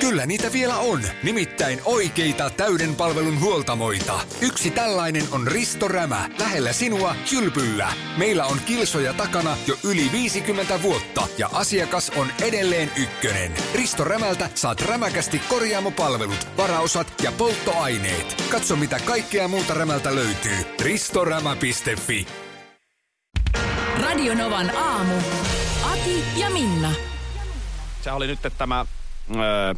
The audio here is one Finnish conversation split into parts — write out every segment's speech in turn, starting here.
Kyllä niitä vielä on, nimittäin oikeita täyden palvelun huoltamoita. Yksi tällainen on Risto Rämä, lähellä sinua, kylpyllä. Meillä on kilsoja takana jo yli 50 vuotta ja asiakas on edelleen ykkönen. Risto Rämältä saat rämäkästi korjaamopalvelut, varaosat ja polttoaineet. Katso mitä kaikkea muuta Rämältä löytyy. ristorämä.fi Radionovan aamu. Ati ja Minna. Se oli nyt tämä öö,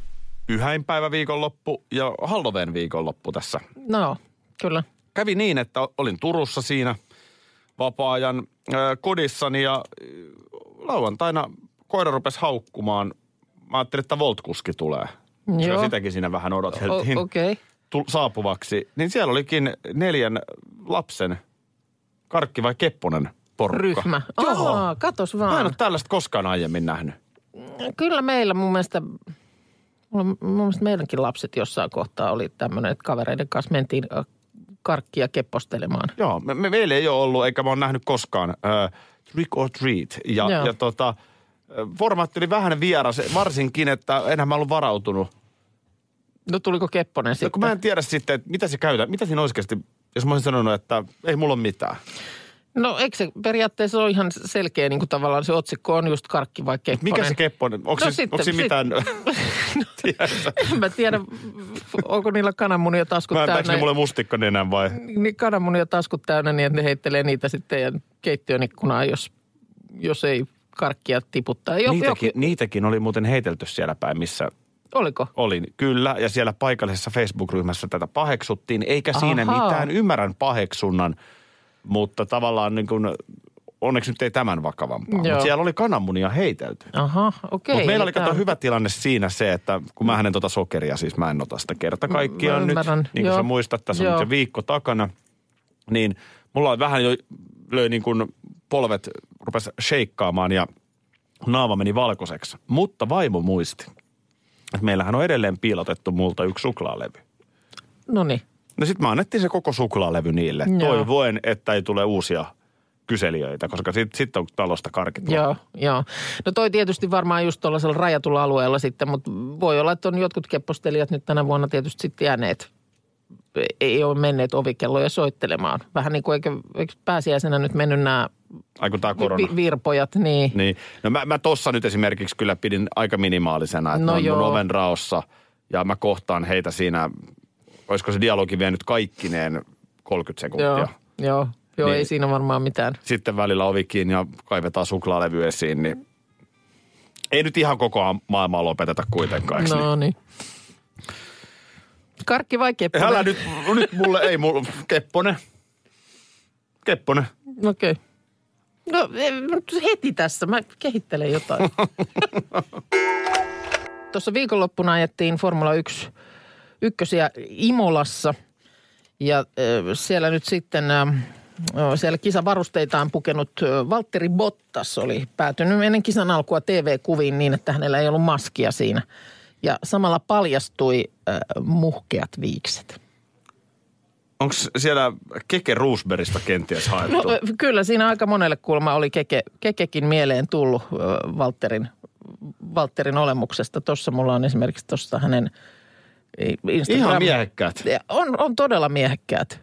pyhäinpäivä viikonloppu ja Halloween viikonloppu tässä. No joo, kyllä. Kävi niin, että olin Turussa siinä vapaa-ajan öö, kodissani ja öö, lauantaina koira rupesi haukkumaan. Mä ajattelin, että voltkuski tulee. Joo. Joo. Sitäkin siinä vähän odoteltiin O- Okei. Okay. tu- saapuvaksi. Niin siellä olikin neljän lapsen karkki vai kepponen porukka. Ryhmä. Joo. Aa, katos Mä en vaan. ole tällaista koskaan aiemmin nähnyt. Kyllä meillä mun mielestä, mulla- mun mielestä meidänkin lapset jossain kohtaa oli tämmöinen, että kavereiden kanssa mentiin ö, karkkia keppostelemaan. Joo, me, me, meillä ei ole ollut, eikä mä oon nähnyt koskaan, äh, trick or treat. Ja, Joo. ja tota, äh, formaatti oli vähän vieras, varsinkin, että enhän mä ollut varautunut. No tuliko Kepponen No, kun sitten? mä en tiedä sitten, että mitä se käytä, mitä siinä oikeasti, jos mä olisin sanonut, että ei mulla ole mitään. No eikö se periaatteessa ole ihan selkeä, niin kuin tavallaan se otsikko on just karkki vai Kepponen. Mikä se kepponen, onko, No no, se, sitten, onko siinä sit- mitään, Tiedätkö? En mä tiedä, onko niillä kananmunia taskut mä en täynnä. ne mulle mustikka nenän vai? Niin kananmunia taskut täynnä niin, että ne heittelee niitä sitten ja keittiön ikkunaan, jos, jos ei karkkia tiputtaa. Jo, niitäkin, jo, niitäkin oli muuten heitelty siellä päin, missä oliko? olin. Kyllä, ja siellä paikallisessa Facebook-ryhmässä tätä paheksuttiin, eikä siinä Ahaa. mitään. Ymmärrän paheksunnan, mutta tavallaan niin kuin, onneksi nyt ei tämän vakavampaa. Mutta Joo. siellä oli kananmunia heitelty. Aha, okei. Mutta meillä eli oli tää kato on- hyvä tilanne siinä se, että kun mä hänen tota sokeria, siis mä en ota sitä kerta Mm, Mä kaikkiaan nyt, ymmärrän, niin kuin joo. sä muistat, tässä on Joo. nyt se viikko takana, niin mulla oli vähän jo löi niin kuin polvet rupes sheikkaamaan ja naama meni valkoiseksi. Mutta vaimo muisti, että meillähän on edelleen piilotettu multa yksi suklaalevy. No niin. No sit mä annettiin se koko suklaalevy niille, Joo. toivoen, että ei tule uusia kyselijöitä, koska sitten sit on talosta karkittu. Joo, joo. No toi tietysti varmaan just tuollaisella rajatulla alueella sitten, mutta voi olla, että on jotkut keppostelijat nyt tänä vuonna tietysti sitten jääneet, ei ole menneet ovikelloja soittelemaan. Vähän niin kuin eikö, eikö pääsiäisenä nyt mennyt nämä Ai kun tää korona. vi- virpojat, niin, niin. Niin. No mä, mä tossa nyt esimerkiksi kyllä pidin aika minimaalisena, että No no on mun joo. oven raossa ja mä kohtaan heitä siinä, olisiko se dialogi vienyt kaikkineen 30 sekuntia. joo, Joo. joo, joo Niin. niin. ei siinä varmaan mitään. Sitten välillä ovi kiinni ja kaivetaan suklaalevy esiin, niin ei nyt ihan koko aam- maailmaa lopeteta kuitenkaan. eiks No Niin? niin. Karkki vai kepponen? Älä nyt, no nyt mulle, ei mulle, Kepponen. Kepponen. Okei. Okay. No e, nyt heti tässä, mä kehittelen jotain. Tuossa viikonloppuna ajettiin Formula 1 ykkösiä Imolassa ja ö, siellä nyt sitten ö, ö, siellä kisavarusteitaan pukenut ö, Valtteri Bottas oli päätynyt ennen kisan alkua TV-kuviin niin, että hänellä ei ollut maskia siinä. Ja samalla paljastui ö, muhkeat viikset. Onko siellä Keke Roosbergista kenties haettu? No, ö, kyllä siinä aika monelle kulma oli keke, kekekin mieleen tullut ö, Valtterin, Valtterin olemuksesta. Tuossa mulla on esimerkiksi tuossa hänen i- Instagram. Ihan miehekkäät. Ja On, on todella miehekkäät,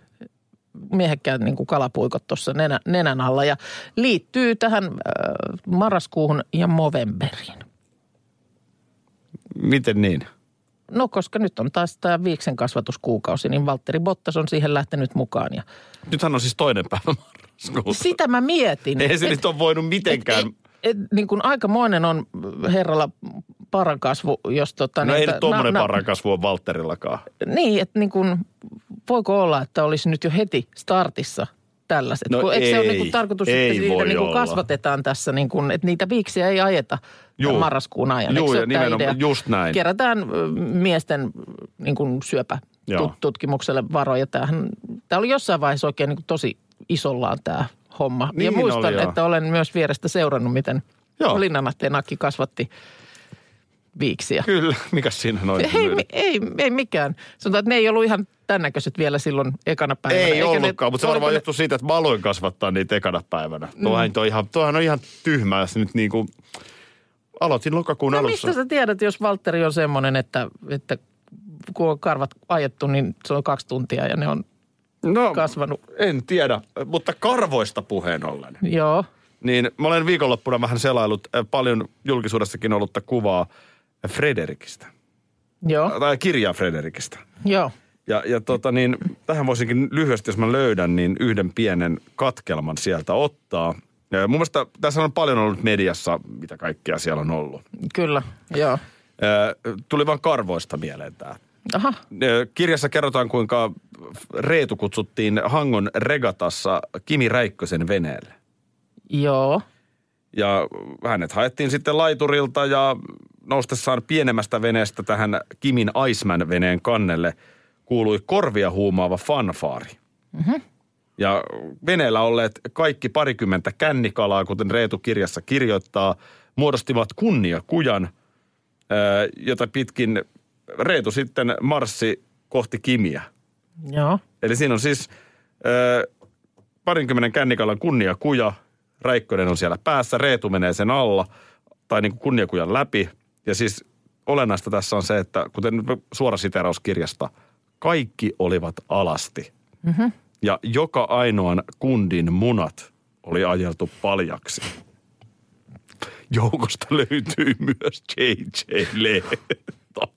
miehekkäät niin kuin kalapuikot tuossa nenä, nenän alla ja liittyy tähän ö, marraskuuhun ja Movemberiin. Miten niin? No koska nyt on taas tämä viiksen kasvatuskuukausi, niin Valtteri Bottas on siihen lähtenyt mukaan. Ja Nythän on siis toinen päivä marraskuuta. sitä mä mietin. Ei se Et- nyt ole voinut mitenkään. Et, et, et, niin kuin aikamoinen on herralla parankasvu, jos tota... no ei että- nyt tuommoinen na- na- parran kasvu on Valterillakaan. Niin, että niin kuin, voiko olla, että olisi nyt jo heti startissa tällaiset? No Kun eikö se ole niin ei, kuin tarkoitus, ei että siitä voi niin kuin olla. kasvatetaan tässä, niin kuin, että niitä viiksiä ei ajeta Juu. tämän marraskuun ajan? Juu, Eikö se ja ole tää nimenomaan idea? just näin. Kerätään ö, miesten ö, niin kuin syöpä Joo. tut- tutkimukselle varoja. Tämähän, tämä oli jossain vaiheessa oikein niin kuin tosi isollaan tämä homma. ja Niin muistan, oli, joo. että olen myös vierestä seurannut, miten Joo. Linnanahteen Aki kasvatti viiksiä. Kyllä, mikä siinä noin? Ei, mi- ei, ei mikään. Sanotaan, että ne ei ollut ihan tämän näköiset vielä silloin ekana päivänä. ei Eikä ollutkaan, mutta se oliko varmaan ne- johtuu siitä, että mä aloin kasvattaa niitä ekana päivänä. Mm. Tuohan, toi ihan, tuohan on ihan tyhmää, jos nyt niinku Aloitin lokakuun No alussa. mistä sä tiedät, jos Valtteri on semmoinen, että, että kun on karvat ajettu, niin se on kaksi tuntia ja ne on, no, kasvanut? En tiedä, mutta karvoista puheen ollen. joo. Niin mä olen viikonloppuna vähän selailut äh, paljon julkisuudessakin ollutta kuvaa Frederikistä. Joo, Tai kirjaa Frederikistä. joo. Ja, ja tota niin, tähän voisinkin lyhyesti, jos mä löydän, niin yhden pienen katkelman sieltä ottaa. Ja mun mielestä tässä on paljon ollut mediassa, mitä kaikkea siellä on ollut. Kyllä, joo. Ö, Tuli vaan karvoista mieleen tämä. Aha, Ö, Kirjassa kerrotaan, kuinka Reetu kutsuttiin Hangon regatassa Kimi Räikkösen veneelle. joo. Ja hänet haettiin sitten laiturilta ja noustessaan pienemmästä veneestä tähän Kimin Iceman-veneen kannelle kuului korvia huumaava fanfaari. Mm-hmm. Ja veneellä olleet kaikki parikymmentä kännikalaa, kuten Reetu kirjassa kirjoittaa, muodostivat kunniakujan, ö, jota pitkin Reetu sitten marssi kohti Kimiä. Joo. Eli siinä on siis ö, parinkymmenen kännikalan kunniakuja. Räikkönen on siellä päässä, Reetu menee sen alla tai niin kuin kunniakujan läpi. Ja siis olennaista tässä on se, että kuten nyt suora siteraus kirjasta, kaikki olivat alasti. Mm-hmm. Ja joka ainoan kundin munat oli ajeltu paljaksi. Joukosta löytyy myös JJ Lehto.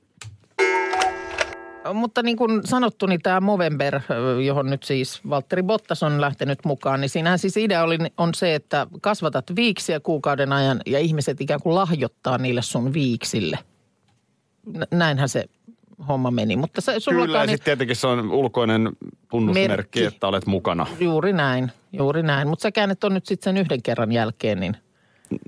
Mutta niin kuin sanottu, niin tämä Movember, johon nyt siis Valtteri Bottas on lähtenyt mukaan, niin siinähän siis idea oli, on se, että kasvatat viiksiä kuukauden ajan ja ihmiset ikään kuin lahjoittaa niille sun viiksille. Nä- Näinhän se homma meni, mutta se, Kyllä, ja sullakaan niin, sitten tietenkin se on ulkoinen tunnusmerkki, Merkki. että olet mukana. juuri näin, juuri näin. Mutta säkään et on nyt sitten sen yhden kerran jälkeen, niin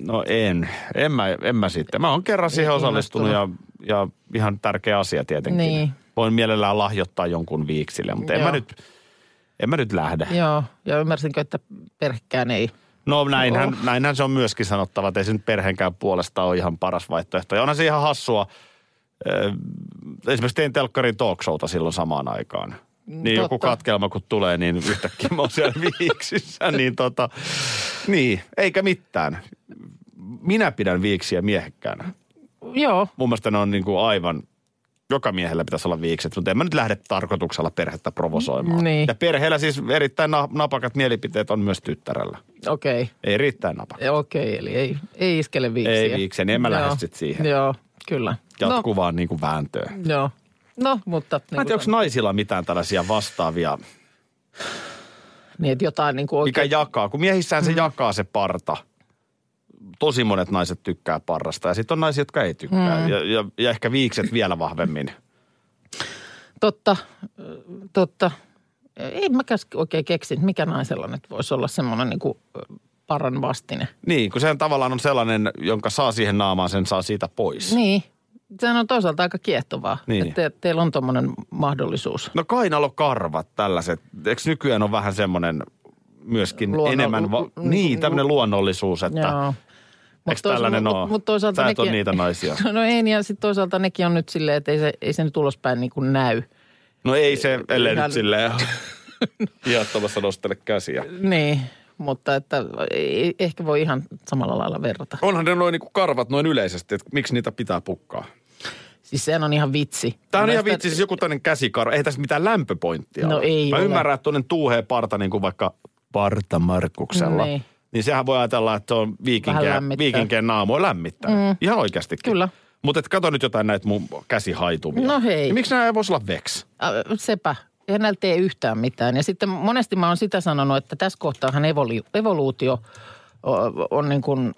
No en, en mä, en mä sitten. Mä oon kerran siihen osallistunut ja, ja ihan tärkeä asia tietenkin. Niin. Voin mielellään lahjoittaa jonkun viiksille, mutta en mä, Joo. nyt, en mä nyt lähde. joo. Ja ymmärsinkö, että perhekään ei. No näinhän, oh. näinhän se on myöskin sanottava, että ei se nyt perheenkään puolesta ole ihan paras vaihtoehto. Ja onhan se ihan hassua. Ö, Esimerkiksi tein telkkarin talk showta silloin samaan aikaan. Niin Totta. joku Mm, Totta. katkelma kun tulee, niin yhtäkkiä mä oon siellä viiksissä, niin tota, niin, eikä mitään. Minä pidän viiksiä miehekkäänä. Joo, mun mielestä ne on niin kuin aivan, joka miehellä pitäisi olla viikset, mutta en mä nyt lähde tarkoituksella perhettä provosoimaan. Niin. Ja perheellä siis erittäin na- napakat mielipiteet on myös tyttärellä. okei. Okay. Ei riittää napakat. Okei, eli ei, ei iskele viiksiä. Ei viiksiä, niin en mä lähde Joo. sit siihen. Joo, kyllä. Jatkuvaan niin kuin vääntöön. No, joo. No, mutta Mä en niin, tiedä, onko naisilla mitään tällaisia vastaavia, niin että jotain niin kuin mikä oikein... Mm. jakaa. Kun miehissään se jakaa se parta. Tosi monet naiset tykkää parrasta ja sitten on naisia, jotka ei tykkää. Mm. Ja, ja, ja ehkä viikset vielä vahvemmin. Totta, ö, totta. Ei mäkään oikein keksi, että mikä naisella nyt voisi olla semmoinen niin kuin ö, paran vastine. Niin, kun sehän tavallaan on sellainen, jonka saa siihen naamaan, sen saa siitä pois. Niin. Sehän on toisaalta aika kiehtovaa, Niin. että te, teillä on tuommoinen mahdollisuus. No kainalokarvat, tällaiset. Eikö nykyään on vähän semmoinen myöskin Luonno- enemmän, va- lu- lu- niin tämmöinen luonnollisuus, että Joo. eikö tällainen mut, ole? mut toisaalta Sä et nekin... ole niitä naisia. No ei, niin ja sitten toisaalta nekin on nyt silleen, että ei se, ei se nyt ulospäin niin kuin näy. No ei se, ellei Ihan- nyt silleen hiattomassa nostele käsiä. Niin, mutta että ei- ehkä voi ihan samalla lailla verrata. Onhan ne noin niinku karvat noin yleisesti, että miksi niitä pitää pukkaa. Siis sehän on ihan vitsi. Tämä on Mun ihan mielestä- vitsi, siis joku tämmöinen käsikarva. Ei tässä mitään lämpöpointtia No ole. ei Mä ole. ymmärrän, että tuollainen tuuhea parta niin kuin vaikka parta Markuksella. Niin. Niin sehän voi ajatella, että on Vähän viikinkien, lämmittää. viikinkien naamua lämmittää. Mm. Ihan oikeastikin. Kyllä. Mutta et kato nyt jotain näitä mun käsihaitumia. No hei. Niin miksi nämä ei voisi olla veks? Äh, Sepä. Eihän näillä tee yhtään mitään. Ja sitten monesti mä oon sitä sanonut, että tässä kohtaahan evoli, evoluutio o- on niin kuin,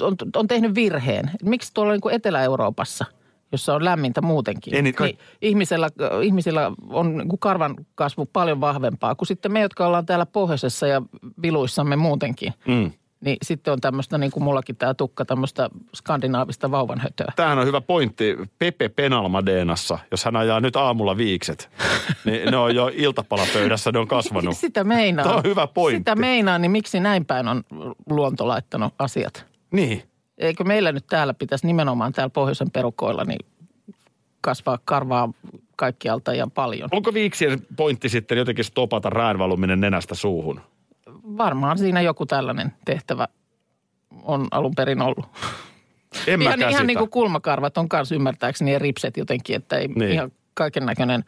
on, on tehnyt virheen. Miksi tuolla niin kuin Etelä-Euroopassa, jossa on lämmintä muutenkin, Niin Ei niitä kaik- ihmisellä, ihmisillä on niin kuin karvan kasvu paljon vahvempaa kuin sitten me, jotka ollaan täällä pohjoisessa ja viluissamme muutenkin. Mm. Niin sitten on tämmöistä, niin kuin mullakin tämä tukka, tämmöistä skandinaavista vauvanhötöä. Tämähän on hyvä pointti Pepe Penalmadeenassa. Jos hän ajaa nyt aamulla viikset, niin ne on jo iltapalapöydässä, ne on kasvanut. Sitä meinaa. Tämä on hyvä pointti. Sitä meinaa, niin miksi näin päin on luonto laittanut asiat? Niin. Eikö meillä nyt täällä pitäisi nimenomaan täällä pohjoisen perukoilla niin kasvaa karvaa kaikkialta ja paljon? Onko viiksien pointti sitten jotenkin stopata räänvaluminen nenästä suuhun? Varmaan siinä joku tällainen tehtävä on alun perin ollut. En mä ihan, käsitä. ihan niin kuin kulmakarvat on kanssa ymmärtääkseni ja ripset jotenkin, että ei Niin. niin. ihan kaiken näköinen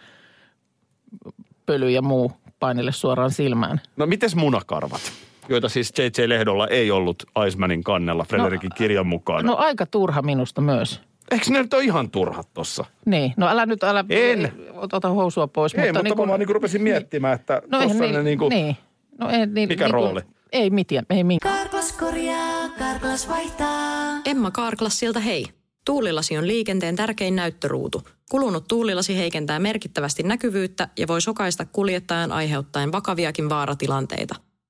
pöly ja muu painele suoraan silmään. No mites munakarvat, joita siis J.J. Lehdolla ei ollut Icemanin kannella Frederikin kirjan mukaan? No aika turha minusta myös. Eikö ne nyt ole ihan turhat tossa? Niin, no älä nyt, älä En. ota housua pois. Ei, mutta, niin mä vaan niin rupesin miettimään, että no, eihän tossa ne niin, niin kuin... niin. No, ei, niin, Mikä niin kuin- rooli? Ei mitään, ei minkään. Karklas korjaa, Karklas vaihtaa. Emma Karklas siltä hei. Tuulilasi on liikenteen tärkein näyttöruutu. Kulunut tuulilasi heikentää merkittävästi näkyvyyttä ja voi sokaista kuljettajan aiheuttaen vakaviakin vaaratilanteita.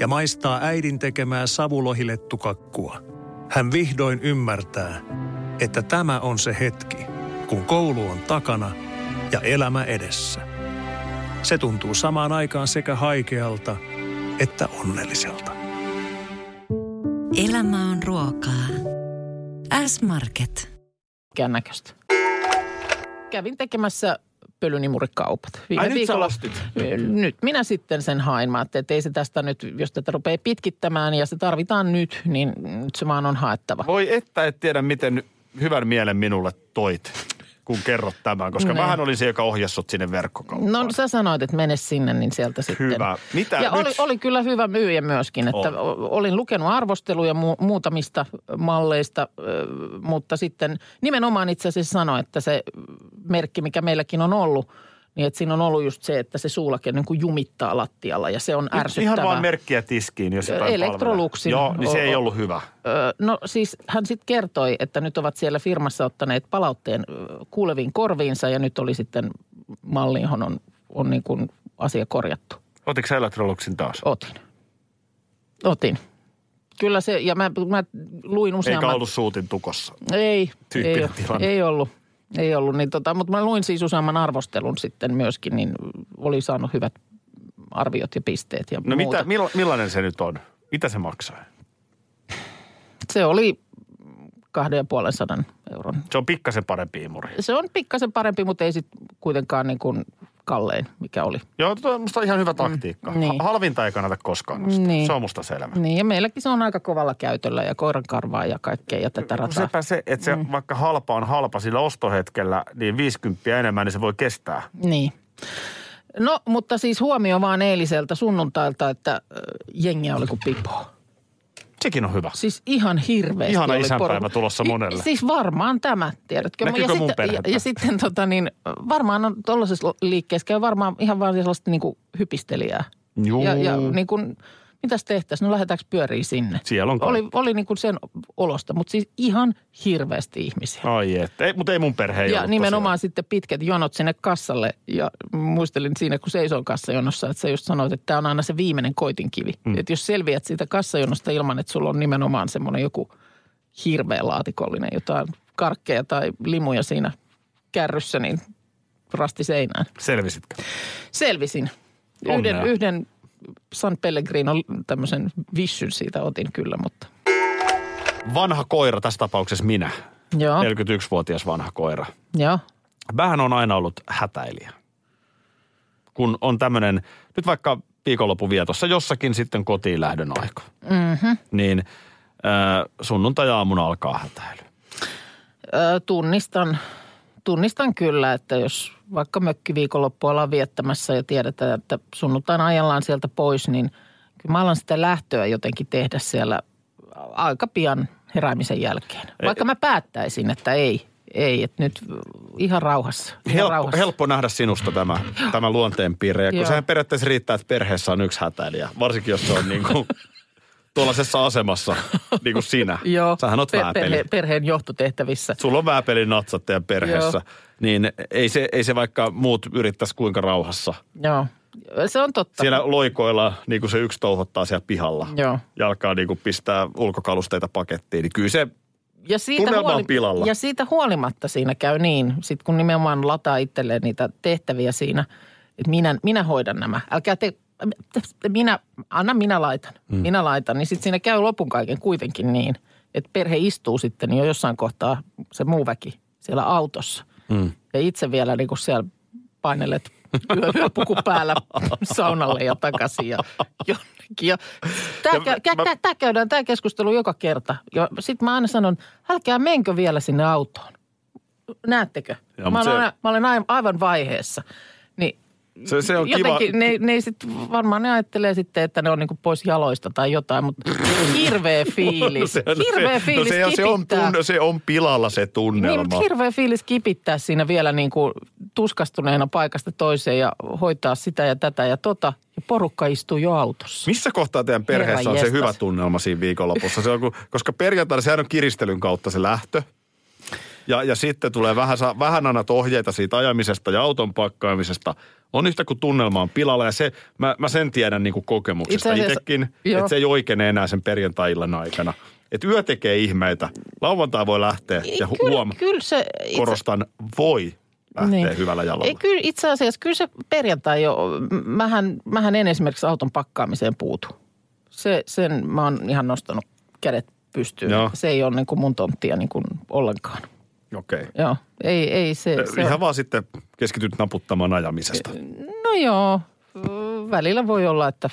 ja maistaa äidin tekemää savulohilettukakkua, hän vihdoin ymmärtää, että tämä on se hetki, kun koulu on takana ja elämä edessä. Se tuntuu samaan aikaan sekä haikealta että onnelliselta. Elämä on ruokaa. S-Market. näköistä. Kävin tekemässä pölynimurikaupat. Viime Ai nyt sä viikolla- ostit? Nyt minä sitten sen hain. Mä ajattelin, että ei se tästä nyt, jos tätä rupeaa pitkittämään ja se tarvitaan nyt, niin nyt se vaan on haettava. Voi että et tiedä, miten hyvän mielen minulle toit, kun kerrot tämän, koska Ne. vähän oli se, joka ohjasi sut sinne verkkokauppaan. Niin. No sä sanoit, että mene sinne, niin sieltä sitten. Hyvä. Mitä ja nyt? oli, oli kyllä hyvä myyjä myöskin, että On. o- olin lukenut arvosteluja mu- muutamista malleista, ö, mutta sitten nimenomaan itse asiassa sanoi, että se merkki, mikä meilläkin on ollut, niin että siinä on ollut just se, että se suulake niin kuin jumittaa lattialla ja se on ärsyttävää. Ihan vaan merkkiä tiskiin, jos jotain palvelee. Electroluxin. Joo, niin se O- ei o- ollut hyvä. Öö, No siis hän sitten kertoi, että nyt ovat siellä firmassa ottaneet palautteen öö, kuuleviin korviinsa ja nyt oli sitten malli, johon on, on niin kuin asia korjattu. Otitko sä Electroluxin taas? Otin. Otin. Kyllä se, ja mä, mä luin useamman... Eikä ollut suutin tukossa. Ei, tyyppinen ei, oo- tilanne. ei ollut. Ei ollut, niin tota, mutta mä luin siis useamman arvostelun sitten myöskin, niin oli saanut hyvät arviot ja pisteet ja No muuta. mitä, mil, millainen se nyt on? Mitä se maksaa? Se oli kahden ja puolen sadan euron Se on pikkasen parempi imuri. se on pikkasen parempi, mutta ei sit kuitenkaan niin kuin kallein, mikä oli. Joo, tuo on musta ihan hyvä taktiikka. Mm, niin. Ha- Halvinta ei kannata koskaan nostaa. Niin. Se on musta selvä. Niin, ja meilläkin se on aika kovalla käytöllä ja koiran karvaa ja kaikkea ja tätä rataa. Sepä se, että se mm. vaikka halpa on halpa sillä ostohetkellä, niin 50 enemmän, niin se voi kestää. Niin. No, mutta siis huomio vaan eiliseltä sunnuntailta, että äh, jengiä oli kuin pipo. Sekin on hyvä. Siis ihan hirveästi Ihana oli isänpäivä porukka. tulossa I- monelle. Siis varmaan tämä, tiedätkö. Näkyykö ja, mun sitten, ja, perhettä? ja, sitten tota niin, varmaan on tuollaisessa liikkeessä käy varmaan ihan vaan sellaista niin kuin hypistelijää. Juu. Ja, ja niin kuin, mitäs tehtäisiin? No lähdetäänkö pyöriin sinne? Siellä on Oli, oli niin kuin sen olosta, mutta siis ihan hirveästi ihmisiä. Ai et, ei, mutta ei mun perhe ei ja ollut nimenomaan sitten pitkät jonot sinne kassalle. Ja muistelin siinä, kun seisoin kassajonossa, että sä just sanoit, että tämä on aina se viimeinen koitinkivi. Mm. Että jos selviät siitä kassajonosta ilman, että sulla on nimenomaan semmoinen joku hirveä laatikollinen, jotain karkkeja tai limuja siinä kärryssä, niin rasti seinään. tosiaan. Selvisitkö? Selvisin. Onnea. Yhden, yhden San Pellegrino tämmöisen vissyn siitä otin kyllä, mutta Vanha koira, tässä tapauksessa minä. joo, 41-vuotias vanha koira. joo. Vähän on aina ollut hätäilijä. Kun on tämmöinen, nyt vaikka viikonlopun vietossa jossakin sitten kotiin lähdön aika. Mm-hmm. Niin äh, sunnuntai-aamuna alkaa hätäily. Ö, tunnistan, tunnistan kyllä, että jos vaikka mökkiviikonloppu ollaan viettämässä ja tiedetään, että sunnuntaina ajellaan sieltä pois, niin kyllä mä alan sitä lähtöä jotenkin tehdä siellä aika pian heräämisen jälkeen. E- Vaikka mä päättäisin, että ei, ei, että nyt ihan rauhassa. Ihan Helppo, rauhassa. helppo nähdä sinusta tämä, tämä luonteenpiirre. Ja kun Joo. sehän periaatteessa riittää, että perheessä on yksi hätäilijä. Varsinkin, jos se on niin kuin tuollaisessa asemassa, niin kuin sinä. Joo. Sähän oot Per- vääpeli. perheen johtotehtävissä. Sulla on vääpelin natsat teidän perheessä. Niin ei se, ei se vaikka muut yrittäisi kuinka rauhassa. Joo. Se on totta. Siellä loikoilla, niin kuin se yksi touhottaa siellä pihalla. Joo. Ja alkaa niin kuin pistää ulkokalusteita pakettiin. Niin kyllä se, Ja siitä, Tunnelma on pilalla. ja siitä huolimatta siinä käy niin, sit kun nimenomaan lataa itselleen niitä tehtäviä siinä, että minä, minä hoidan nämä. Älkää te, minä, anna minä laitan, mm. minä laitan. Niin sitten siinä käy lopun kaiken kuitenkin niin, että perhe istuu sitten jo jossain kohtaa se muu väki siellä autossa. Mm. Ja itse vielä niin kuin siellä painelet yö- yöpuku päällä saunalle ja takaisin ja jonnekin. Ja tämä, Ja kä- mä- kä- tämä käydään tämä keskustelu joka kerta. Ja sitten mä aina sanon, älkää menkö vielä sinne autoon. Näettekö? Joo, mä, mut olen, se- aina- mä olen aivan, aivan vaiheessa. Niin se, se on kiva. jotenkin ne, ne ei sit, varmaan ne ajattelee sitten, että ne on niinku pois jaloista tai jotain, mutta hirveä fiilis. No se- hirveä no fiilis se, no se, se, on kipittää. tunne, se on pilalla se Niin, tunnelma. mutta hirveä fiilis kipittää siinä vielä niin kuin tuskastuneena paikasta toiseen ja hoitaa sitä ja tätä ja tota. Ja porukka istuu jo autossa. Missä kohtaa teidän perheessä Herra on se jestas. hyvä tunnelma siinä viikonlopussa? Se on, kun, koska perjantaina sehän on kiristelyn kautta se lähtö. Ja, ja sitten tulee vähän, saa- vähän annat ohjeita siitä ajamisesta ja auton pakkaamisesta. On yhtä kuin tunnelma on pilalla ja se, mä, mä sen tiedän niin kuin kokemuksesta Itse asiassa- itsekin, joo. että se ei oikene enää sen perjantai-illan aikana. Että yö tekee ihmeitä. Lauantai voi lähteä ja hu- Kyllä- huom, Kyllä se itse- korostan, voi lähteä Niin. hyvällä jalalla. Ei, kyllä, itse asiassa kyllä se perjantai jo, mähän, mähän en esimerkiksi auton pakkaamiseen puutu. Se, sen mä oon ihan nostanut kädet pystyyn. Joo. Se ei ole niin kuin mun tonttia niin kuin ollenkaan. Okei. Okay. Joo, ei, ei se, se on- Ihan vaan sitten keskityt naputtamaan ajamisesta. No joo, välillä voi olla, että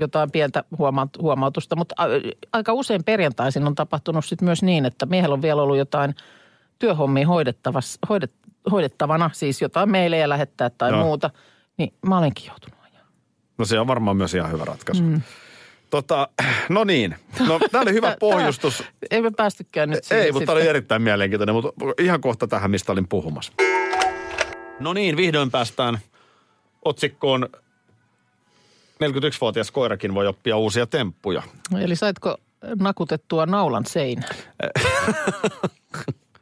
jotain pientä huoma- huomautusta, mutta a- aika usein perjantaisin on tapahtunut sitten myös niin, että miehellä on vielä ollut jotain työhommia hoidettavas, hoidet, hoidettavana, siis jotain meilejä lähettää tai Joo. joo. muuta, niin mä olenkin joutunut ajaa. No se on varmaan myös ihan hyvä ratkaisu. Mm. Tota, no niin. No, tämä oli hyvä Tää- pohjustus. tää- Siis Ei me päästykään nyt siihen Ei, mutta tämä oli erittäin mielenkiintoinen, mutta ihan kohta tähän, mistä olin puhumassa. No niin, vihdoin päästään otsikkoon 41-vuotias koirakin voi oppia uusia temppuja. Eli saitko nakutettua naulan seinään?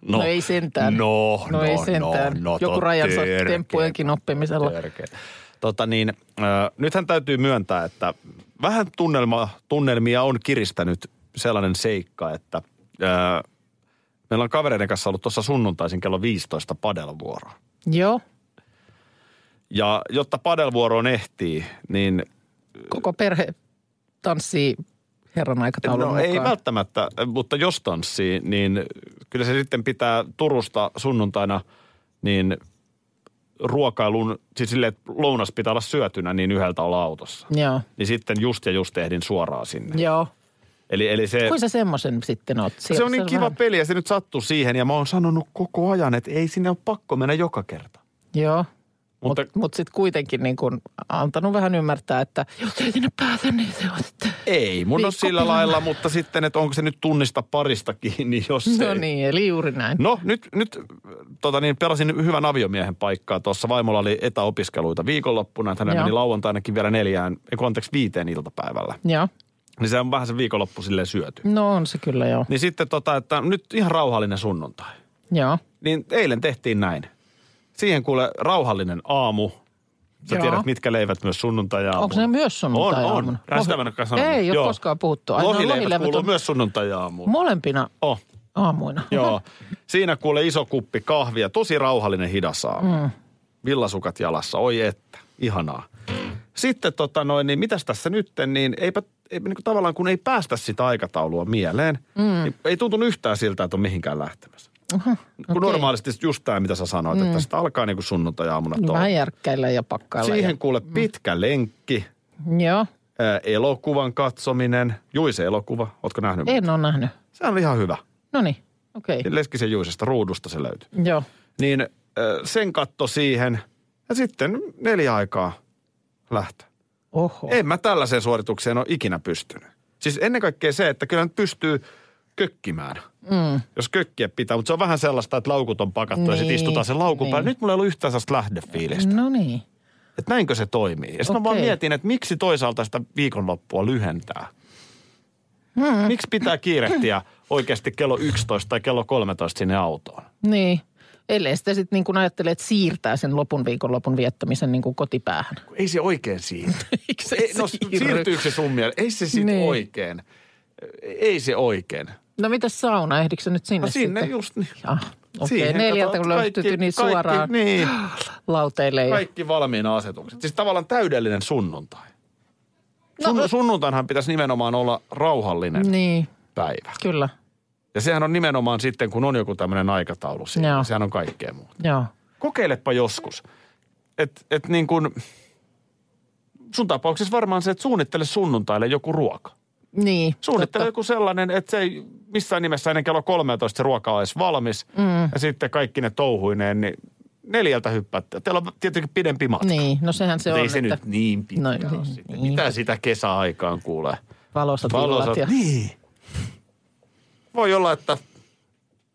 No ei sentään. No, no, No, ei sentään. No, no, Joku tot- rajansa törkeä. temppujenkin oppimisella. Törkeä. Tota niin, äh, nythän täytyy myöntää, että vähän tunnelma, tunnelmia on kiristänyt sellainen seikka, että äh, meillä on kavereiden kanssa ollut tuossa sunnuntaisin kello 15 padelvuoro. Joo, Ja jotta padelvuoroon ehtii, niin koko perhe tanssii herran aikataulun no, mukaan. ei välttämättä, mutta jos tanssii, niin kyllä se sitten pitää Turusta sunnuntaina niin ruokailun, siis silleen, että lounas pitää olla syötynä, niin yhdeltä olla autossa. Joo. Niin sitten just ja just ehdin suoraan sinne. Joo. Eli, eli se, Kuin sä semmoisen sitten oot? se on niin kiva vähän- peli ja se nyt sattuu siihen ja mä oon sanonut koko ajan, että ei sinne ole pakko mennä joka kerta. Joo. Mutta Mutta mut, mut sitten kuitenkin niin kun antanut vähän ymmärtää, että jos ei sinne pääse, niin se on ei, mun on Viikko sillä pelaa. lailla, mutta sitten, että onko se nyt tunnista parista kiinni, jos se No ei- niin, eli juuri näin. No nyt, nyt tota niin, pelasin hyvän aviomiehen paikkaa tuossa. Vaimolla oli etäopiskeluita viikonloppuna, että hän Joo. meni lauantainakin vielä neljään, ei kun anteeksi viiteen iltapäivällä. Joo. Niin se on vähän se viikonloppu silleen syöty. No on se kyllä joo. Niin sitten tota, että nyt ihan rauhallinen sunnuntai. Joo. Niin eilen tehtiin näin. Siihen kuule rauhallinen aamu. Sä Joo. tiedät, mitkä leivät myös sunnuntai Onko ne myös sunnuntai On, on. Rästävänä kanssa on. Ei Joo. ole koskaan puhuttu. Ai, no, Lohileivät lohileivät kuuluu on myös sunnuntai aamuun. Molempina Oh. aamuina. Joo. Siinä kuule iso kuppi kahvia, tosi rauhallinen hidasaa. Mm. Villasukat jalassa, oi että, ihanaa. Sitten tota noin, niin mitäs tässä nytten, niin eipä, ei, niin kuin tavallaan kun ei päästä sitä aikataulua mieleen, mm. niin ei tuntunut yhtään siltä, että on mihinkään lähtemässä. Uh-huh. Kun okei. normaalisti just tämä, mitä sä sanoit, mm. että sitä alkaa niin kuin sunnuntai-aamuna touhu. Vähän järkkäillä ja pakkailla. Siihen kuule pitkä lenkki, Ja... Joo. ää, elokuvan katsominen, Juise elokuva, ootko nähnyt? En ole nähnyt. Se on ihan hyvä. No niin, okei. Okay. Leskisen Juisesta ruudusta se löytyy. Joo. niin ö, sen katto siihen ja sitten neljä aikaa lähtö. Oho. En mä tällaiseen suoritukseen ole ikinä pystynyt. Siis ennen kaikkea se, että kyllä nyt pystyy kökkimään, mm. jos kökkiä pitää. Mutta se on vähän sellaista, että laukut on pakattu niin. ja sitten Niin, istutaan sen laukun niin. päällä. niin. Nyt mulla ei ollut yhtään sellaista lähdefiilistä, No niin. että näinkö se toimii. Ja sitten mä vaan Okei. mietin, että miksi toisaalta sitä viikonloppua lyhentää. Hmm. Miksi pitää kiirehtiä oikeasti kello 11 tai kello 13 sinne autoon? Niin. Ellei sitä sitten niin kuin ajattele, että siirtää sen lopun viikonlopun viettämisen niin kuin kotipäähän. Kun Ei se oikein siirry. Eikö se Ei, no siirry? siirtyykö se sun mielestä? Ei se sit Niin. oikein. Ei se oikein. No mitä sauna, ehdikö se nyt sinne No sinne sitten? just niin. Ah, Okei, okay. Siihen neljältä kun kato, löytyy, kaikki- niin kaikki- suoraan niin. lauteille. Ja... Kaikki valmiina asetukset. Siis tavallaan täydellinen sunnuntai. Sun, No, sunnuntainhan pitäisi nimenomaan olla rauhallinen Niin, päivä. kyllä. Ja sehän on nimenomaan sitten, kun on joku tämmöinen aikataulu siinä. Joo. Joo. Sehän on kaikkea muuta. Joo. Kokeilepa joskus. Et, et niin kuin, sun tapauksessa varmaan se, että suunnittele sunnuntaille joku ruoka. Niin. Suunnittele totta. joku sellainen, että se ei missään nimessä ennen kello 13 se ruoka olisi valmis. Mm. Ja sitten kaikki ne touhuineen, niin neljältä hyppäätte. Teillä on tietenkin pidempi matka. Niin, no sehän se Mut on, ei se että nyt niin pitkä No, no, niin, niin, sitten. niin. Niin. Mitä sitä kesäaikaan kuulee? valosat, Valossa. illat ja... Niin. Voi olla, että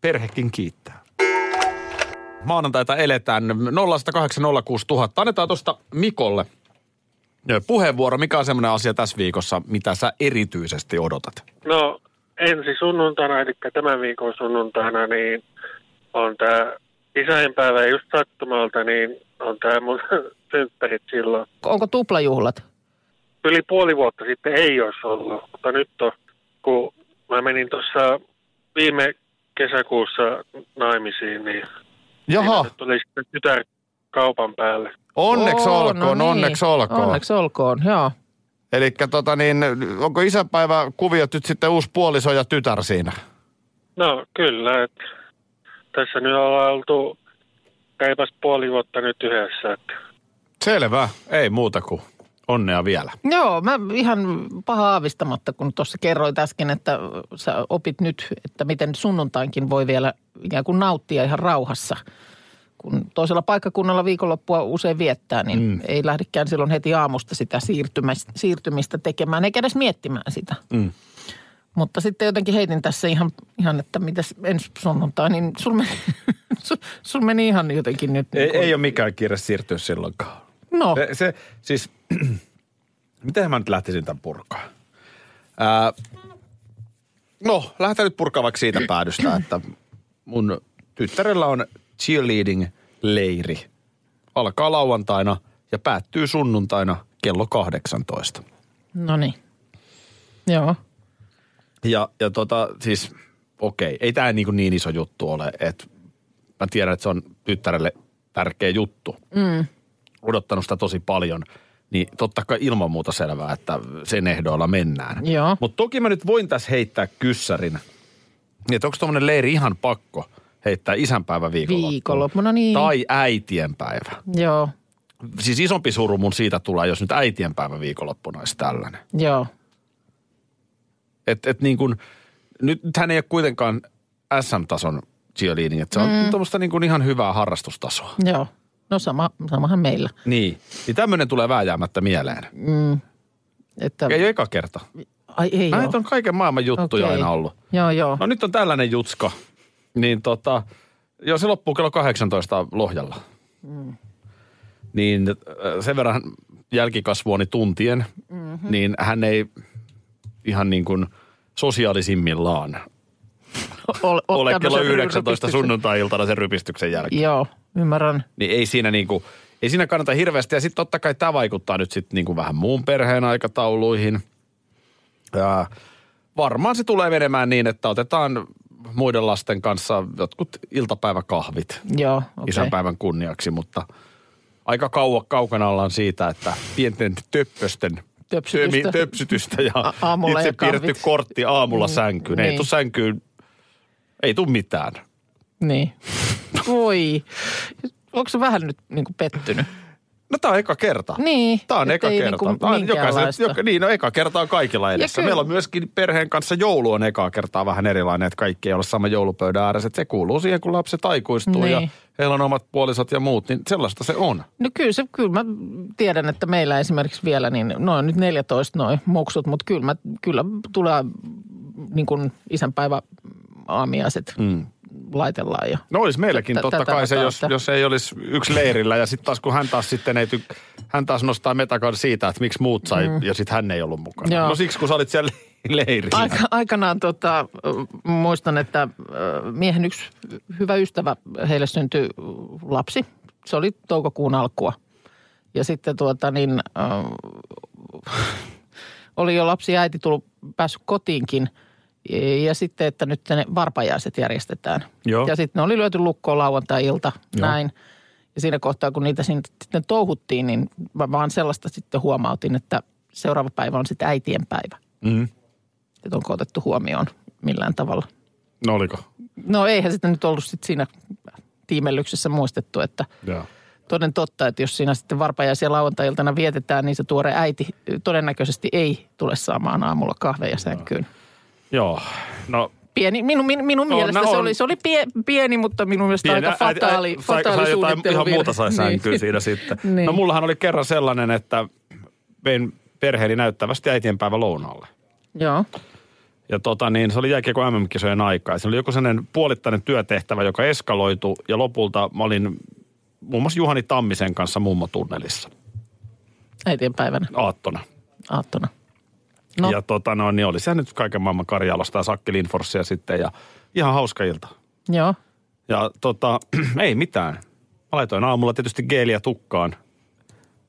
perhekin kiittää. Maanantaita eletään 0806000. Annetaan tuosta Mikolle ö, puheenvuoro. Mikä on semmoinen asia tässä viikossa, mitä sä erityisesti odotat? No ensi sunnuntaina, eli tämän viikon sunnuntaina, niin on tämä isäinpäivä ja just sattumalta, niin on tämä mun synttärit silloin. Onko tuplajuhlat? Yli puoli vuotta sitten ei olisi ollut, mutta nyt on, kun mä menin tuossa viime kesäkuussa naimisiin, niin siinä nyt tuli sitten tytär kaupan päälle. onneksi Oo, olkoon, no niin. onneksi olkoon. Onneksi olkoon, joo. Eli tota niin, onko isäpäivä kuviot nyt sitten uusi puoliso ja tytär siinä? No kyllä, että tässä nyt ollaan oltu käypäs puoli vuotta nyt yhdessä, että Selvä, ei muuta kuin onnea vielä. Joo, mä ihan paha aavistamatta, kun tuossa kerroit äsken, että sä opit nyt, että miten sunnuntainkin voi vielä ikään kuin nauttia ihan rauhassa. Kun toisella paikkakunnalla viikonloppua usein viettää, niin mm. ei lähdekään silloin heti aamusta sitä siirtymistä, siirtymistä tekemään, eikä edes miettimään sitä. Mm. Mutta sitten jotenkin heitin tässä ihan, ihan että mitäs ensi sunnuntai, niin sul meni, sul, sul meni ihan jotenkin nyt. Ei, niin kuin- ei ole mikään kiire siirtyä silloinkaan. No, Se, se siis, miten mä nyt lähtisin tämän purkaan? Ää, no, lähdetään nyt purkaa vaikka siitä päädystä, että mun tyttärellä on cheerleading-leiri. Alkaa lauantaina ja päättyy sunnuntaina kello 18. no niin. Joo. Ja, ja tota, siis okei, ei tämä niin, niin iso juttu ole, että mä tiedän, että se on tyttärelle tärkeä juttu. Mm. Odottanut sitä tosi paljon, niin totta kai ilman muuta selvää, että sen ehdoilla mennään. Joo. Mutta toki mä nyt voin tässä heittää kyssärin, niin että onko tuommoinen leiri ihan pakko heittää isänpäivä viikonloppuun. Viikonloppuna, niin. Tai äitienpäivä. Joo, Siis isompi suru mun siitä tulee, jos nyt äitienpäivä viikonloppuna olisi tällainen. joo. Et, et niin kun, nyt, nythän ei ole kuitenkaan SM-tason cheerleading, että se on mm. tuommoista niin kun ihan hyvää harrastustasoa. Joo. No sama, samahan meillä. Niin. Niin tämmöinen tulee vääjäämättä mieleen. Että, Ei ole eka kerta. ai ei joo. Näitä on kaiken maailman juttuja okay. Okei. aina ollut. Joo, joo. No nyt on tällainen jutska, niin tota, joo se loppuu kello 18 Lohjalla. Mm. Niin äh, sen verran jälkikasvuani tuntien, mm-hmm. niin hän ei ihan niin kuin sosiaalisimmillaan Ole, ole kello tämmöisen 19 rypistyksen. sunnuntai-iltana sen rypistyksen jälkeen. Joo, ymmärrän. Niin ei siinä niinku, ei siinä kannata hirveästi. Ja sitten totta kai tämä vaikuttaa nyt sitten niinku vähän muun perheen aikatauluihin. Ja varmaan se tulee menemään niin, että otetaan muiden lasten kanssa jotkut iltapäiväkahvit Joo, okay. okei. isänpäivän kunniaksi, mutta aika kauan kaukana ollaan siitä, että pienten töppösten Töpsytystä. tömi- töpsytystä ja A- aamulla itse ja kahvit. piirretty kortti aamulla sänkyyn. Ei niin. tuu sänkyyn, ei tuu mitään. Niin. Voi. Onko se vähän nyt niin kuin pettynyt? No tämä on eka kerta. Niin. Tämä on et eka ei kerta. niinku Tää on minkäänlaista. joka, niin, no eka kerta on kaikilla edessä. kyllä- Meillä on myöskin perheen kanssa joulu on ekaa kertaa vähän erilainen, että kaikki ei ole sama joulupöydän ääressä. Että se kuuluu siihen, kun lapset aikuistuu Niin. ja heillä on omat puolisot ja muut, niin sellaista se on. No kyllä, se, kyllä mä tiedän, että meillä esimerkiksi vielä, niin noin nyt 14 noin muksut, mutta kyllä, mä, kyllä tulee niin kuin isänpäivä aamiaiset mm. laitellaan jo. No olisi meilläkin Tä- totta tätä kai se, jos, kautta. jos ei olisi yksi leirillä ja sitten taas kun hän taas sitten ei tyk- hän taas nostaa metakaan siitä, että miksi muut sai mm. ja sitten hän ei ollut mukana. Joo. No siksi kun sä olit siellä leirillä. Aika, aikanaan tota, muistan, että miehen yksi hyvä ystävä, heille syntyi lapsi. Se oli toukokuun alkua. Ja sitten tuota niin, äh, oli jo lapsi ja äiti tullut, päässyt kotiinkin. Ja sitten, että nyt ne varpajaiset järjestetään. Joo. Ja sitten ne oli lyöty lukkoon lauantai-ilta, Joo. näin. Ja siinä kohtaa, kun niitä sinne sitten touhuttiin, niin mä vaan sellaista sitten huomautin, että seuraava päivä on sitten äitien päivä Mm. että onko otettu huomioon millään tavalla. No oliko? No eihän sitä nyt ollut sit siinä tiimellyksessä muistettu, että Joo. toden totta, että jos siinä sitten varpajaisia lauantai-iltana vietetään, niin se tuore äiti todennäköisesti ei tule saamaan aamulla kahveja sänkyyn. Joo. No Pieni, minun, minun, minun No, mielestä no se on- oli, se oli pie, pieni, mutta minun mielestä Pieni- aika äiti- fataali, sai- fataali sai jotain ihan suunnitteluvirhe. muuta sai sänkyyn Niin. siinä sitten. Niin. No mullahan oli kerran sellainen, että vein perheeni näyttävästi äitienpäivä lounaalle. Joo, Ja tota niin, se oli jääkiekko MM-kisojen aikaa. Se oli joku sellainen puolittainen työtehtävä, joka eskaloitu ja lopulta mä olin muun muassa Juhani Tammisen kanssa mummotunnelissa äitien päivänä, aattona. aattona. No. No. Ja tota no, niin oli se nyt kaiken maailman Karjalosta ja Sakki Linforssia sitten ja ihan hauska ilta. Joo, Ja tota, ei mitään. Mä laitoin aamulla tietysti geeliä tukkaan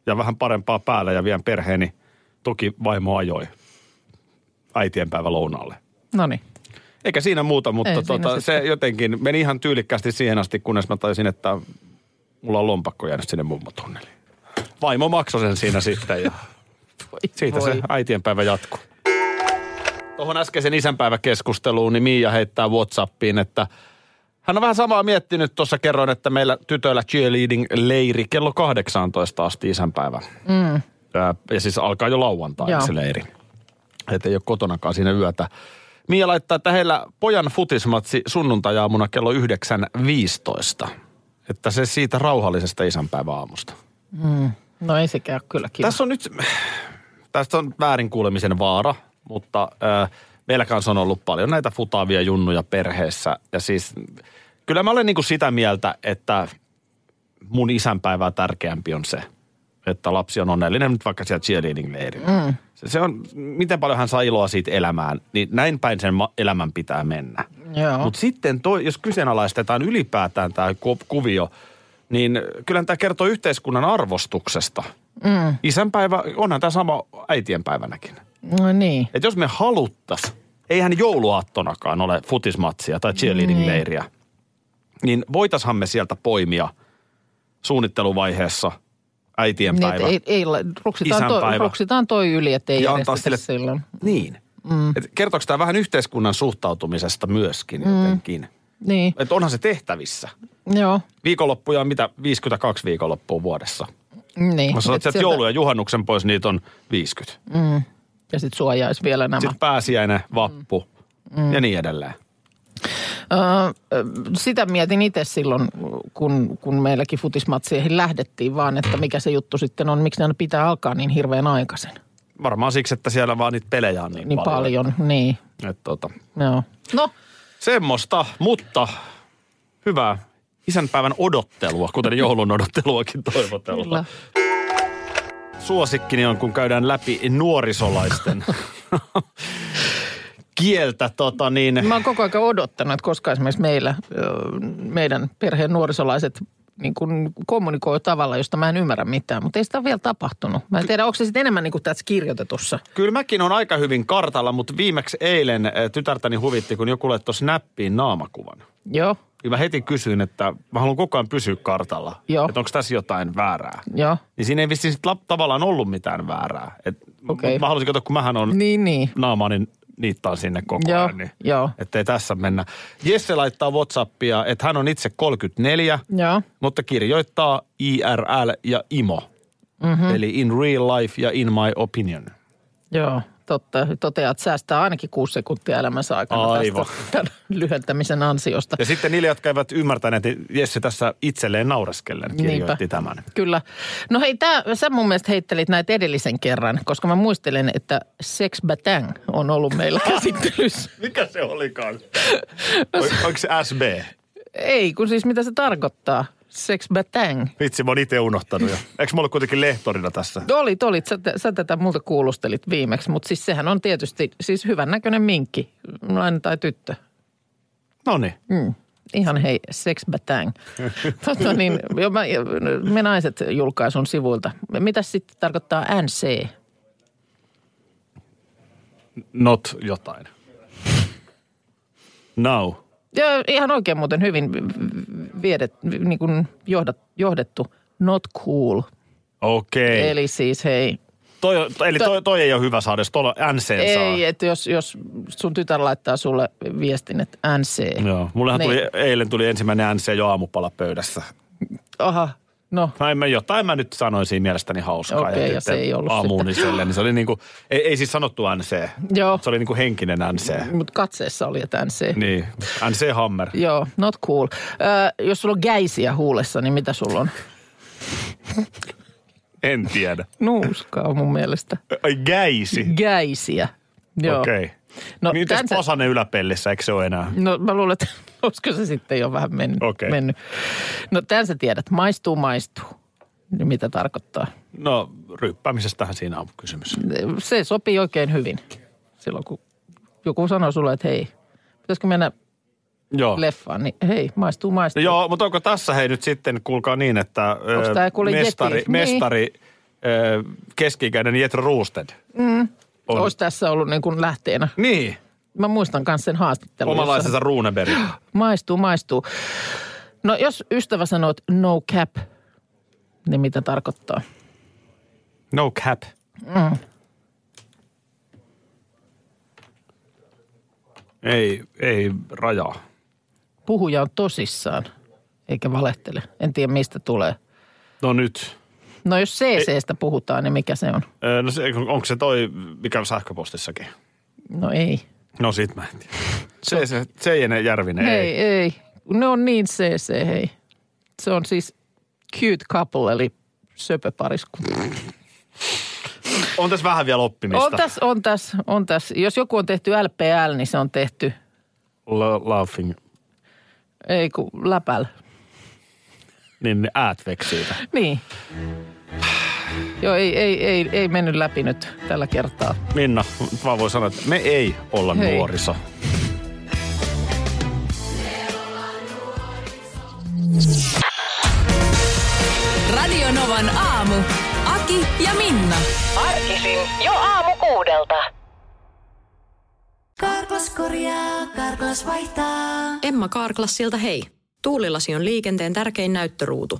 ja vähän parempaa päälle ja vien perheeni. Toki vaimo ajoi äitienpäivä lounaalle. no niin. Eikä siinä muuta, mutta Ei ei, siinä tota, se sitten. jotenkin meni ihan tyylikkäästi siihen asti, kunnes mä taisin, että mulla on lompakko jäänyt sinne mummotunneliin. Vaimo maksoi sen siinä sitten ja siitä se äitienpäivä jatkuu. Tuohon äskeisen isänpäiväkeskusteluun, niin Miia heittää Whatsappiin, että hän on vähän samaa miettinyt. Tuossa kerroin, että meillä tytöillä cheerleading-leiri kello 18 asti isänpäivä. Mm. Ja siis alkaa jo lauantaina Joo. se leiri. Että ei ole kotonakaan siinä yötä. Miia laittaa, että heillä pojan futismatsi sunnuntajaamuna kello 9.15. Että se siitä rauhallisesta isänpäiväaamusta. No ei sekään ole kyllä kiva. Tässä on nyt, tästä on väärinkuulemisen vaara, mutta äh, meillä kanssa on ollut paljon näitä futaavia junnuja perheessä. Ja siis kyllä mä olen niin kuin sitä mieltä, että mun isänpäivää tärkeämpi on se, että lapsi on onnellinen nyt vaikka siellä cheerleading-leirillä. Mm. Se, se on, miten paljon hän saa iloa siitä elämään, niin näin päin sen ma- elämän pitää mennä. Joo. Mutta sitten toi, jos kyseenalaistetaan ylipäätään tämä ku- kuvio, niin kyllä tämä kertoo yhteiskunnan arvostuksesta. Mm. Isänpäivä, onhan tämä sama äitienpäivänäkin. No niin. Et jos me haluttas, eihän jouluaattonakaan ole futismatsia tai cheerleading-leiriä, niin voitashan me sieltä poimia suunnitteluvaiheessa Niin, äitienpäivä. että ei, ei, la- ruksitaan, toi, Isänpäivä. ruksitaan toi yli, että ei Ja järjestetä antaa sille... sille- silloin. Niin. Mm. Et kertooko tämä vähän yhteiskunnan suhtautumisesta myöskin mm. jotenkin? Niin, Et onhan se tehtävissä. joo, Viikonloppuja on mitä? 52 viikonloppua vuodessa. niin. Mä sanoin, Et että sieltä joulu ja juhannuksen pois niitä on 50. Nämä. Ja sitten suojaisi vielä nämä. Sitten pääsiäinen, vappu mm. ja niin edelleen. Öö, ö, sitä mietin itse silloin, kun, kun meilläkin futismatseihin lähdettiin vaan, että mikä se juttu sitten on, miksi ne aina pitää alkaa niin hirveän aikaisin. Varmaan siksi, että siellä vaan niitä pelejä on niin, Niin paljon, paljon niin, paljon. Et tota, joo. No, semmoista, mutta hyvää isänpäivän odottelua, kuten joulun odotteluakin toivotellaan. kyllä. Suosikkini on, kun käydään läpi nuorisolaisten kieltä. Tota niin, Mä oon koko ajan odottanut, että koska esimerkiksi meillä, ö, meidän perheen nuorisolaiset niin kun kommunikoi tavalla, josta mä en ymmärrä mitään, mutta ei sitä ole vielä tapahtunut. Mä en tiedä, onko se sitten enemmän niin kuin tässä kirjoitetussa. Kyllä mäkin on aika hyvin kartalla, mutta viimeksi eilen eh, tytärtäni huvitti, kun joku laittoi snappiin naamakuvan. Joo, Niin mä heti kysyin, että mä haluan koko ajan pysyä kartalla. Joo. Että onko tässä jotain väärää. joo. Niin siinä ei vissiin sit lap- tavallaan ollut mitään väärää. Et, Okei. mut Mä halusin katsoa, kun mähän on niin. Niin, niin. naamaani niittaan sinne koko Joo, ajan. Niin, joo. Ettei tässä mennä. Jesse laittaa Whatsappia, että hän on itse 34, Joo, mutta kirjoittaa IRL ja IMO. Mm-hmm. Eli in real life ja in my opinion. joo. Totta, toteaa, että säästää ainakin kuusi sekuntia elämänsä aikana Aivan. tästä tämän lyhentämisen ansiosta. Ja sitten niille, jotka eivät ymmärtäneet, niin Jesse tässä itselleen naureskellen kirjoitti Niinpä. tämän. Kyllä. No hei, tää, sä mun mielestä heittelit näitä edellisen kerran, koska mä muistelen, että sex batang on ollut meillä käsittelyssä. Mikä se olikaan? Onko se SB? Ei, kun siis mitä se tarkoittaa? Sex Batang. Vitsi, mä oon itse unohtanut jo. Eikö mä ollut kuitenkin lehtorina tässä? Olit, olit. Sä, t- sä tätä multa kuulustelit viimeksi, mutta siis sehän on tietysti siis hyvännäköinen minkki, nainen tai tyttö. No niin. Mm. Ihan hei, sex batang. Tota niin, jo mä, me naiset julkaisun sivuilta. Mitä sitten tarkoittaa NC? Not jotain. Now. Ja ihan oikein muuten hyvin viedet, niin kuin johdat, johdettu. Not cool. Okei. Okay. Eli, Eli siis hei, toi, on- eli toi, toi ei ole hyvä saada, jos tuolla NC saa. ei, että jos, jos sun tytär laittaa sulle viestin, että NC. Joo, mullehan Niin. tuli, eilen tuli ensimmäinen NC jo aamupala pöydässä. Aha, no Mä en, mä jotain mä nyt sanoin siinä mielestäni hauskaa. Okei, sitten ja se ei ollut Aamuuniselle, niin se oli niinku, ei, ei siis sanottu NC. Joo. Se oli niinku henkinen NC. Mutta katseessa oli, että NC. Niin. Niin, NC Hammer. Joo, not cool. Ö, jos sulla on gäisiä huulessa, niin mitä sulla on? En tiedä. Nuuskaa mun mielestä. Ai Gäisi. Gäisiä. Joo. Okei. Okay. No, No, Mites tän sä- Pasane yläpellissä, eikö se ole enää? No mä luulen, että olisiko se sitten jo vähän mennyt. Okei. mennyt. No tämän sä tiedät, maistuu, maistuu. Niin mitä tarkoittaa? No, ryppäämisestähän siinä on kysymys. Se sopii oikein hyvin silloin, kun joku sanoo sulle, että hei, pitäisikö mennä Joo. leffaan, niin hei, maistuu, No maistuu. Joo, mutta onko tässä hei nyt sitten, kuulkaa niin, että ö, tää kuule Niin. mestari, Yeti? mestari ö, keski-ikäinen Jetro Roosted. Mm. On. Olisi tässä ollut niin kuin lähteenä. Niin, Mä muistan myös sen haastattelun. jossa- omalaisensa Runeberg. Maistuu, maistuu. No jos ystävä sanoo, että no cap, niin mitä tarkoittaa? No cap. Mm. Ei, ei rajaa. Puhuja on tosissaan, eikä valehtele. En tiedä mistä tulee. No nyt. No jos CCstä puhutaan, niin mikä se on? Ö, No se, onko se toi, mikä on sähköpostissakin? No ei. No sit mä en tiedä. Se, se, se ei enää Järvinen, ei. ei. ei. Ne on niin CC, hei. Se on siis cute couple, eli söpöpariskunta. On tässä vähän vielä oppimista. On tässä, on tässä, on tässä. Jos joku on tehty LPL, niin se on tehty, La- laughing. ei kun läpäl. Niin ne äät veksiitä. Niin. Joo, ei, ei, ei, ei mennyt läpi nyt tällä kertaa. Minna, nyt vaan voi sanoa, että me ei olla Hei. Hei. nuoriso. Radio Novan aamu. Aki ja Minna. Arkisin jo aamu kuudelta. Karklas korjaa, Karklas vaihtaa. Emma Kaarklas siltä hei. Tuulilasi on liikenteen tärkein näyttöruutu.